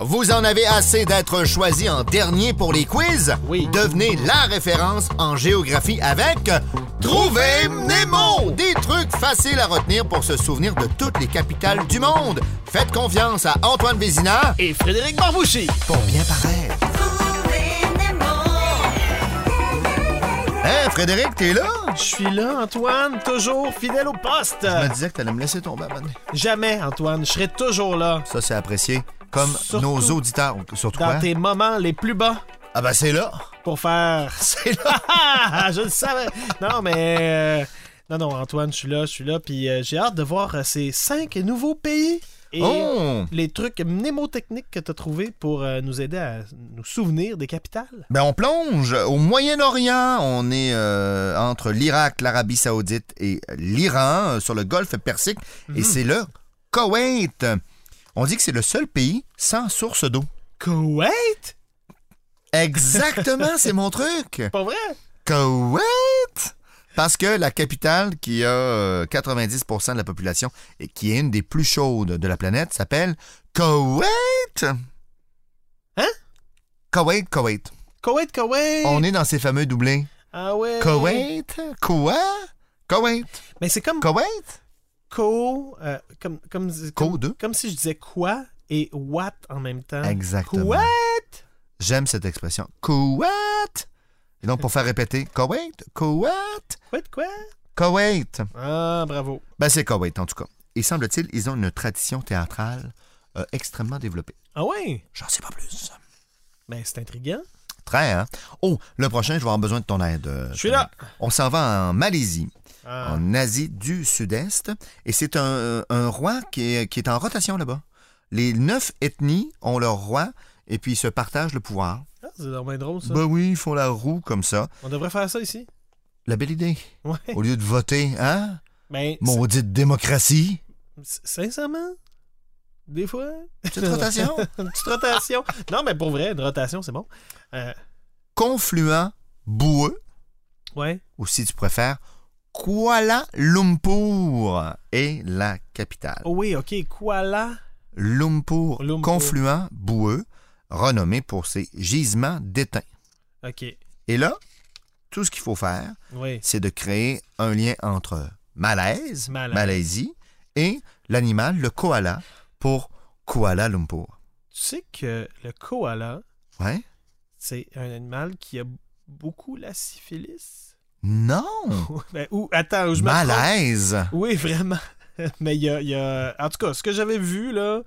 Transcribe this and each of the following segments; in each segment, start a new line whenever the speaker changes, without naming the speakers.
Vous en avez assez d'être choisi en dernier pour les quiz?
Oui.
Devenez la référence en géographie avec Trouver Nemo! Des trucs faciles à retenir pour se souvenir de toutes les capitales du monde. Faites confiance à Antoine Vézina
Et Frédéric Barbouchi.
pour bien paraître. Hey, Hein, Frédéric, t'es là?
Je suis là, Antoine, toujours fidèle au poste.
Je me disais que t'allais me laisser tomber à un moment donné.
Jamais, Antoine, je serai toujours là.
Ça, c'est apprécié. Comme
Surtout-
nos auditeurs. Surtout
Dans
quoi?
tes moments les plus bas
Ah ben, c'est là.
pour faire.
C'est là.
Ah, je le savais. Non, mais. euh, Non, non, Antoine, je suis là, je suis là. Puis euh, j'ai hâte de voir euh, ces cinq nouveaux pays. Et
Oh!
les trucs mnémotechniques que tu as trouvés pour euh, nous aider à nous souvenir des capitales.
Ben, on plonge au Moyen-Orient. On est euh, entre l'Irak, l'Arabie Saoudite et l'Iran, euh, sur le golfe Persique. Et c'est le Koweït. On dit que c'est le seul pays sans source d'eau.
Koweït?
Exactement, c'est mon truc.
Pas vrai?
Koweït! Parce que la capitale, qui a euh, 90 de la population et qui est une des plus chaudes de la planète, s'appelle Koweït!
Hein?
Koweït, Koweït.
Koweït, Koweït!
On est dans ces fameux doublés.
Ah ouais!
Koweït? Quoi? Koweït.
Mais c'est comme
Koweït?
co, euh, comme, comme,
Co
comme,
deux.
comme si je disais quoi et what en même temps.
Exactement.
Quoi?
J'aime cette expression. Koweït! Et donc, pour faire répéter, Koweït, Koweït,
Quoi de quoi?
Koweït.
Ah, bravo.
Ben, c'est Koweït, en tout cas. Et semble-t-il, ils ont une tradition théâtrale euh, extrêmement développée.
Ah ouais?
J'en sais pas plus.
Ben, c'est intriguant.
Très, hein? Oh, le prochain, je vais avoir besoin de ton aide. euh,
Je suis là.
On s'en va en Malaisie,
Ah,
en Asie du Sud-Est, et c'est un, un roi qui est, qui est en rotation là-bas. Les neuf ethnies ont leur roi, et puis ils se partagent le pouvoir.
ah, c'est dommage drôle, ça.
Ben oui, ils font la roue comme ça.
On devrait faire ça ici.
La belle idée.
Ouais.
Au lieu de voter, hein?
Ben,
Maudite démocratie.
s- sincèrement, des fois.
Petite rotation.
une petite rotation. non, mais pour vrai, une rotation, c'est bon. Euh,
Confluent boueux,
ouais.
ou si tu préfères, Kuala Lumpur est la capitale.
Oh oui, ok. Kuala.
Lumpur,
Lumpur.
confluent boueux, renommé pour ses gisements d'étain.
Ok.
Et là, tout ce qu'il faut faire,
Oui.
c'est de créer un lien entre malaise,
Malaise.
Malaisie, et l'animal, le koala, pour Kuala Lumpur.
Tu sais que le koala,
Ouais?
c'est un animal qui a beaucoup la syphilis.
Non!
ben, ou, attends, je me trompe.
malaise!
Oui, vraiment. Mais il y a, il y a- En tout cas, ce que j'avais vu, là,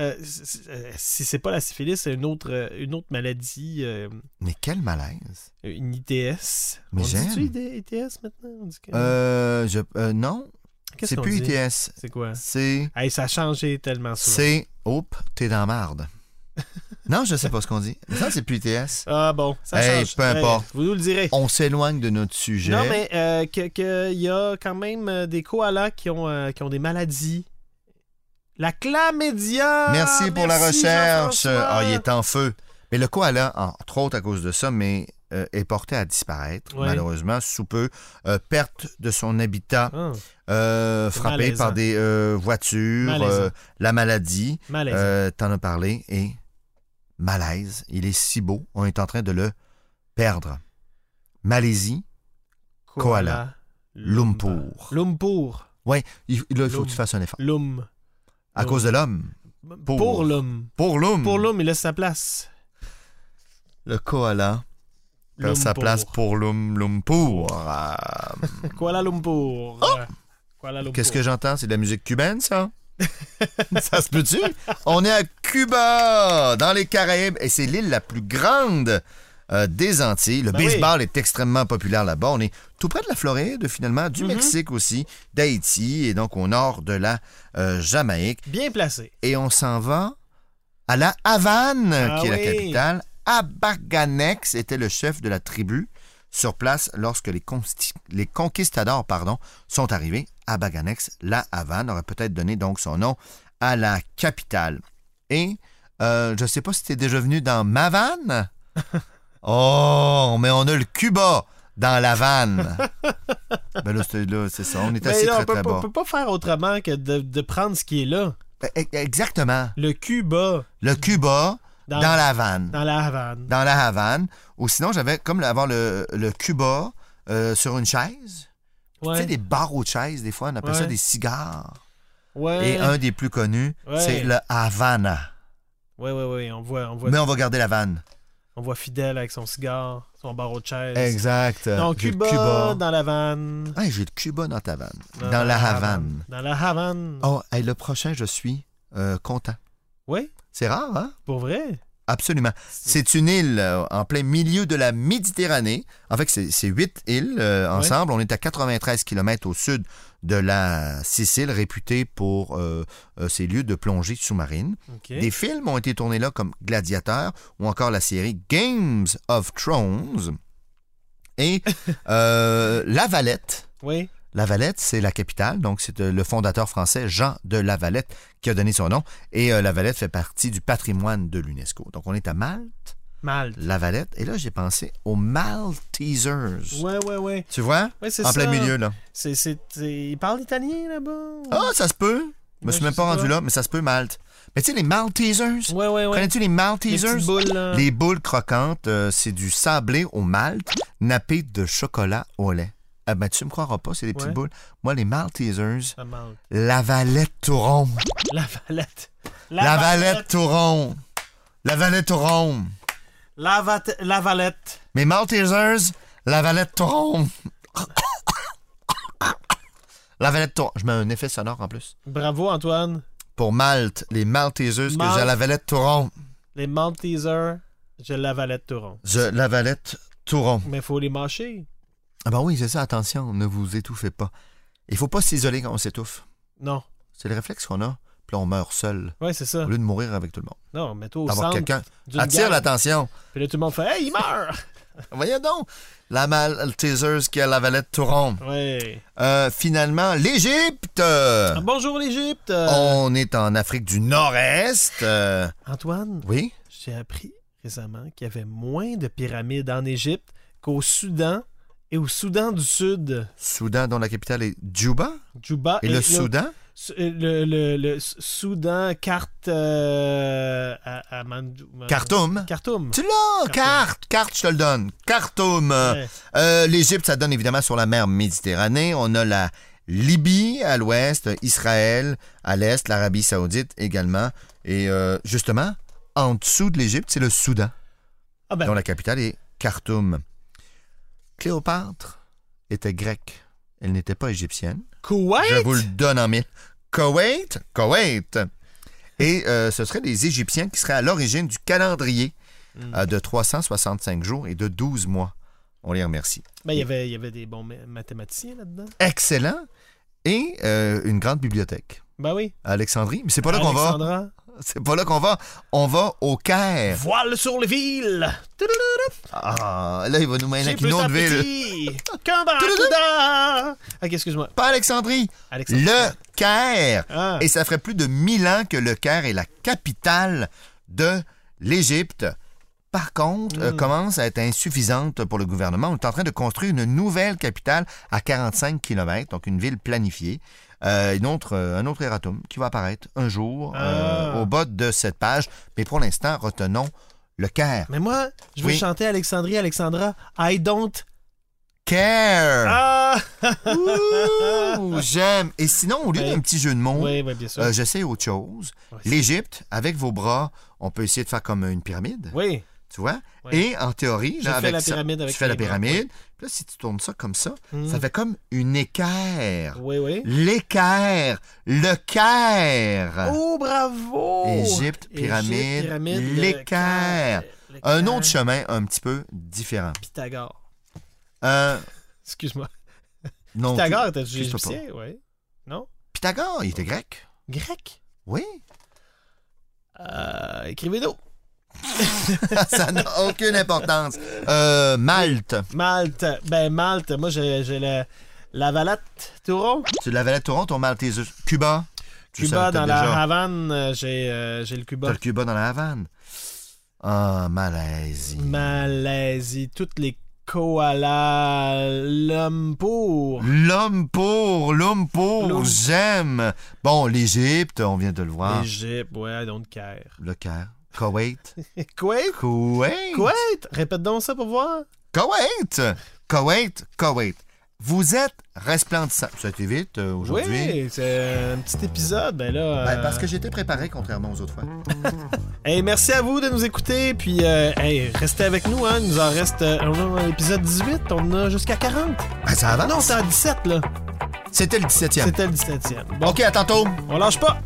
euh, c- c- euh, si c'est pas la syphilis, c'est une autre, euh, une autre maladie, euh,
Mais quel malaise!
une ITS.
Mais
on
j'aime.
dit-tu ID- ITS maintenant? On dit que-
Euh, je, euh, non,
Qu'est-ce
c'est
qu'on
plus
dit?
ITS.
C'est quoi?
C'est.
Hey, ça a changé tellement souvent.
C'est. Oups, t'es dans la marde. non, je sais pas ce qu'on dit. Mais ça, c'est plus ITS.
Ah bon, ça
Hey,
change.
peu importe.
vous nous le direz.
On s'éloigne de notre sujet.
Non, mais euh, que- que il y a quand même euh, des koalas qui ont, euh, qui ont des maladies. La chlamydia!
Merci pour la
Merci,
recherche.
Jean-François.
Ah, il est en feu. Mais le koala, entre autres à cause de ça, mais euh, est porté à disparaître,
Ouais.
malheureusement, sous peu. Euh, perte de son habitat,
Ah,
euh,
C'est
frappé
malaisant.
par des euh, voitures,
Malaisant. Ben,
euh, la maladie.
malaise.
Euh, T'en as parlé et malaise. Il est si beau, on est en train de le perdre. Malaisie, koala. Lumpur.
Lumpur.
il, là, il faut
L'homme.
que tu fasses un effort.
Lum.
À
L'homme.
cause de l'homme. Pour. Hmm.
Pour, l'homme.
Pour l'homme.
Pour l'homme, il laisse sa place.
Le koala perd
L'homme
sa
pour.
place pour l'homme, l'homme pour. Euh,
Kuala Lumpur. Kuala Lumpur.
Oh! Qu'est-ce que j'entends? C'est de la musique cubaine, ça? ça se peut-tu? On est à Cuba, dans les Caraïbes, et c'est l'île la plus grande euh, des Antilles. Le
Ben
baseball est extrêmement populaire là-bas. On est tout près de la Floride, finalement, du Mexique aussi, d'Haïti, et donc au nord de la euh, Jamaïque.
Bien placé.
Et on s'en va à la Havane,
Ah
qui est la
oui.
capitale. Abaganex était le chef de la tribu sur place lorsque les, consti- les conquistadors pardon, sont arrivés. Abaganex, la Havane, aurait peut-être donné donc son nom à la capitale. Et euh, je ne sais pas si tu es déjà venu dans ma vanne. Oh, mais on a le Cuba dans la vanne. ben là, c'est là, c'est ça. On est
Mais
assis
là,
très,
on peut,
très
pas-
bas.
peut pas faire autrement que de, de prendre ce qui est là.
E- Exactement.
Le Cuba
Le Cuba
dans,
dans la Havane.
dans la Havane.
dans la Havane. Ou sinon, j'avais comme avoir le, le Cuba euh, sur une chaise. Tu
Ouais.
sais, des barreaux de chaise, des fois, on appelle ça
Ouais.
des cigares.
Ouais.
Et un des plus connus,
Ouais.
c'est le Havana.
ouais, ouais, ouais, on voit, on voit,
Mais on va garder la vanne.
on voit Fidel avec son cigare, son barreau de chaise.
Exact.
Dans
J'ai le
Cuba, dans la Havane.
Ah, j'ai le Cuba dans ta vanne. Dans la Havane.
Dans la Havane.
Oh, hey, le prochain, je suis euh, content.
Oui,
C'est rare, hein?
pour vrai.
Absolument. C'est une île euh, en plein milieu de la Méditerranée. En fait, c'est c'est huit îles euh,
Ouais.
ensemble. On est à 93 km au sud de la Sicile, réputée pour euh, euh, ses lieux de plongée sous-marine.
OK.
Des films ont été tournés là comme Gladiateur ou encore la série Games of Thrones. Et euh, La Valette.
Oui.
La Valette, c'est la capitale, donc c'est euh, le fondateur français Jean de La Valette qui a donné son nom. Et euh, La Valette fait partie du patrimoine de l'UNESCO. Donc on est à Malte,
Malte.
La Valette, et là j'ai pensé aux Maltesers.
Ouais, ouais, ouais.
Tu vois?
Ouais, c'est
En
ça.
plein milieu, là.
C'est, c'est, c'est- Il parle italien là-bas.
Ah, ça se peut! Je me
Ouais,
suis
je
même pas
sais
rendu
pas.
là, mais ça se peut, Malte. Mais tu sais, les Maltesers?
Ouais, ouais, ouais.
Connais-tu les
Les
Maltesers?
petites boules, là.
Les boules croquantes, euh, c'est du sablé au malt nappé de chocolat au lait. Ah ben, tu me croiras pas, c'est des petites
Ouais.
boules. Moi, les Maltesers,
Ça Malte.
la valette touron.
La Valette.
La valette touron. La valette touron.
La, Vate- la Valette.
Mes Maltesers, la valette touron. la valette touron. Je mets un effet sonore en plus.
Bravo, Antoine.
Pour Malte, les Maltesers, que
Malte.
j'ai la valette touron.
Les Maltesers, je la Valette Touron.
Je la valette touron.
Mais faut les mâcher.
Ah ben oui, c'est ça, attention, ne vous étouffez pas. Il faut pas s'isoler quand on s'étouffe.
Non.
C'est le réflexe qu'on a, puis là, on meurt seul,
Ouais, c'est ça.
au lieu de mourir avec tout le monde.
Non, mets-toi au
D'avoir
centre.
quelqu'un
d'une
attire
gang.
l'attention.
Puis là, tout le monde fait Hey, il meurt
Voyons donc, la Malteseuse qui a la valette touron.
Ouais.
Euh, finalement, l'Égypte!
Ah, Bonjour, l'Égypte.
Oh.
Euh,
On est en Afrique du Nord-Est. euh,
Antoine,
oui?
j'ai appris récemment qu'il y avait moins de pyramides en Égypte qu'au Soudan et au Soudan du Sud.
Soudan, dont la capitale est Djouba.
Djouba
Et, le Soudan?
Su- euh, le, le- le S- Soudan, carte euh, à, à Mandou- Mandou-
Khartoum.
Khartoum.
Tu l'as!
Khartoum.
Carte! Carte, je te le donne. Khartoum!
Ouais.
Euh, L'Égypte, ça donne évidemment sur la mer Méditerranée. On a la Libye à l'ouest, Israël à l'est, l'Arabie saoudite également. Et euh, justement, en dessous de l'Égypte, c'est le Soudan,
Ah ben,
dont la capitale est Khartoum. Cléopâtre était grecque. Elle n'était pas égyptienne.
Koweït?
Je vous le donne en mille. Koweït, Koweït. Et euh, ce seraient les Égyptiens qui seraient à l'origine du calendrier
Mm.
euh, de 365 jours et de 12 mois. On les remercie.
Ben, il y avait, il y avait des bons ma- mathématiciens là-dedans.
excellent et euh, une grande bibliothèque.
Ben oui.
À Alexandrie, mais c'est pas là qu'on va.
Alexandra.
C'est pas là qu'on va. On va au Caire.
Voile sur les villes.
Ah, là, il va nous mener
J'ai
avec
plus
une autre ville.
d'appétit qu'un barracuda. Ok, excuse-moi.
Pas Alexandrie,
Alexandra.
le Caire.
Ah,
Et ça ferait plus de 1000 ans que le Caire est la capitale de l'Égypte. Par contre, euh,
Mm.
commence à être insuffisante pour le gouvernement. On est en train de construire une nouvelle capitale à 45 km, donc une ville planifiée. Euh, une autre, euh, un autre erratum qui va apparaître un jour euh,
Ah.
au bas de cette page. Mais pour l'instant, retenons le Caire.
Mais moi, je veux
Oui.
chanter Alexandrie, Alexandra. I don't.
Caire!
Ah!
Ouh, J'aime! Et sinon, au lieu
Oui.
d'un petit jeu de mots,
Ben, oui, oui, bien sûr.
euh, j'essaie autre chose.
Ouais, c'est-
L'Égypte, avec vos bras, on peut essayer de faire comme une pyramide,
Oui.
tu vois?
Ouais.
Et en théorie,
J'ai
là,
fait
avec
la
ça,
pyramide avec
tu fais la
mes bras,
pyramide. Puis là, si tu tournes ça comme ça,
Mm.
ça fait comme une équerre.
Oui, oui.
L'équerre, le Caire.
Oh, bravo!
Égypte, pyramide,
le
l'équerre.
Caire, le
Un
Caire,
autre chemin un petit peu différent.
Pythagore.
Euh,
Excuse-moi.
non,
Pythagore, était-tu
excuse-toi pas.
égyptien? Oui. Non?
Pythagore, il était grec.
Grec?
Oui.
Euh, Écrivez-nous.
ça n'a aucune importance. Euh, Malte.
Malte. Ben, Malte, moi, j'ai j'ai la, la Valette Touron.
Tu l'avais à Toronto, Malte. et Zeus. Cuba. Tu le
Cuba,
savais
dans
peut-être
la
déjà.
Havane, euh, j'ai euh, j'ai le
T'as
Cuba.
le Cuba dans la Havane. Ah, Malaisie.
Malaisie, toutes les Koala Lumpur.
L'homme pour, l'homme pour,
L'homme.
j'aime. Bon, l'Égypte, on vient de le voir.
Égypte, ouais, I don't care.
Le Caire. Koweït.
Kuwait?
Koweït.
Kuwait? Répète donc ça pour voir.
Koweït. Koweït. Koweït. Vous êtes resplendissant. Ça a été vite euh, aujourd'hui.
Oui, c'est un petit épisode, ben là...
Ben,
euh,
parce que j'étais préparé, contrairement aux autres fois. Ben,
Hey, merci à vous de nous écouter, puis euh, hey, restez avec nous, hein, il nous en reste... euh, on a l'épisode 18, on en a jusqu'à 40.
Ben, ça
Non,
avance.
c'est à 17, là.
C'était le 17e.
C'était le 17e. Bon,
OK, à tantôt.
on lâche pas.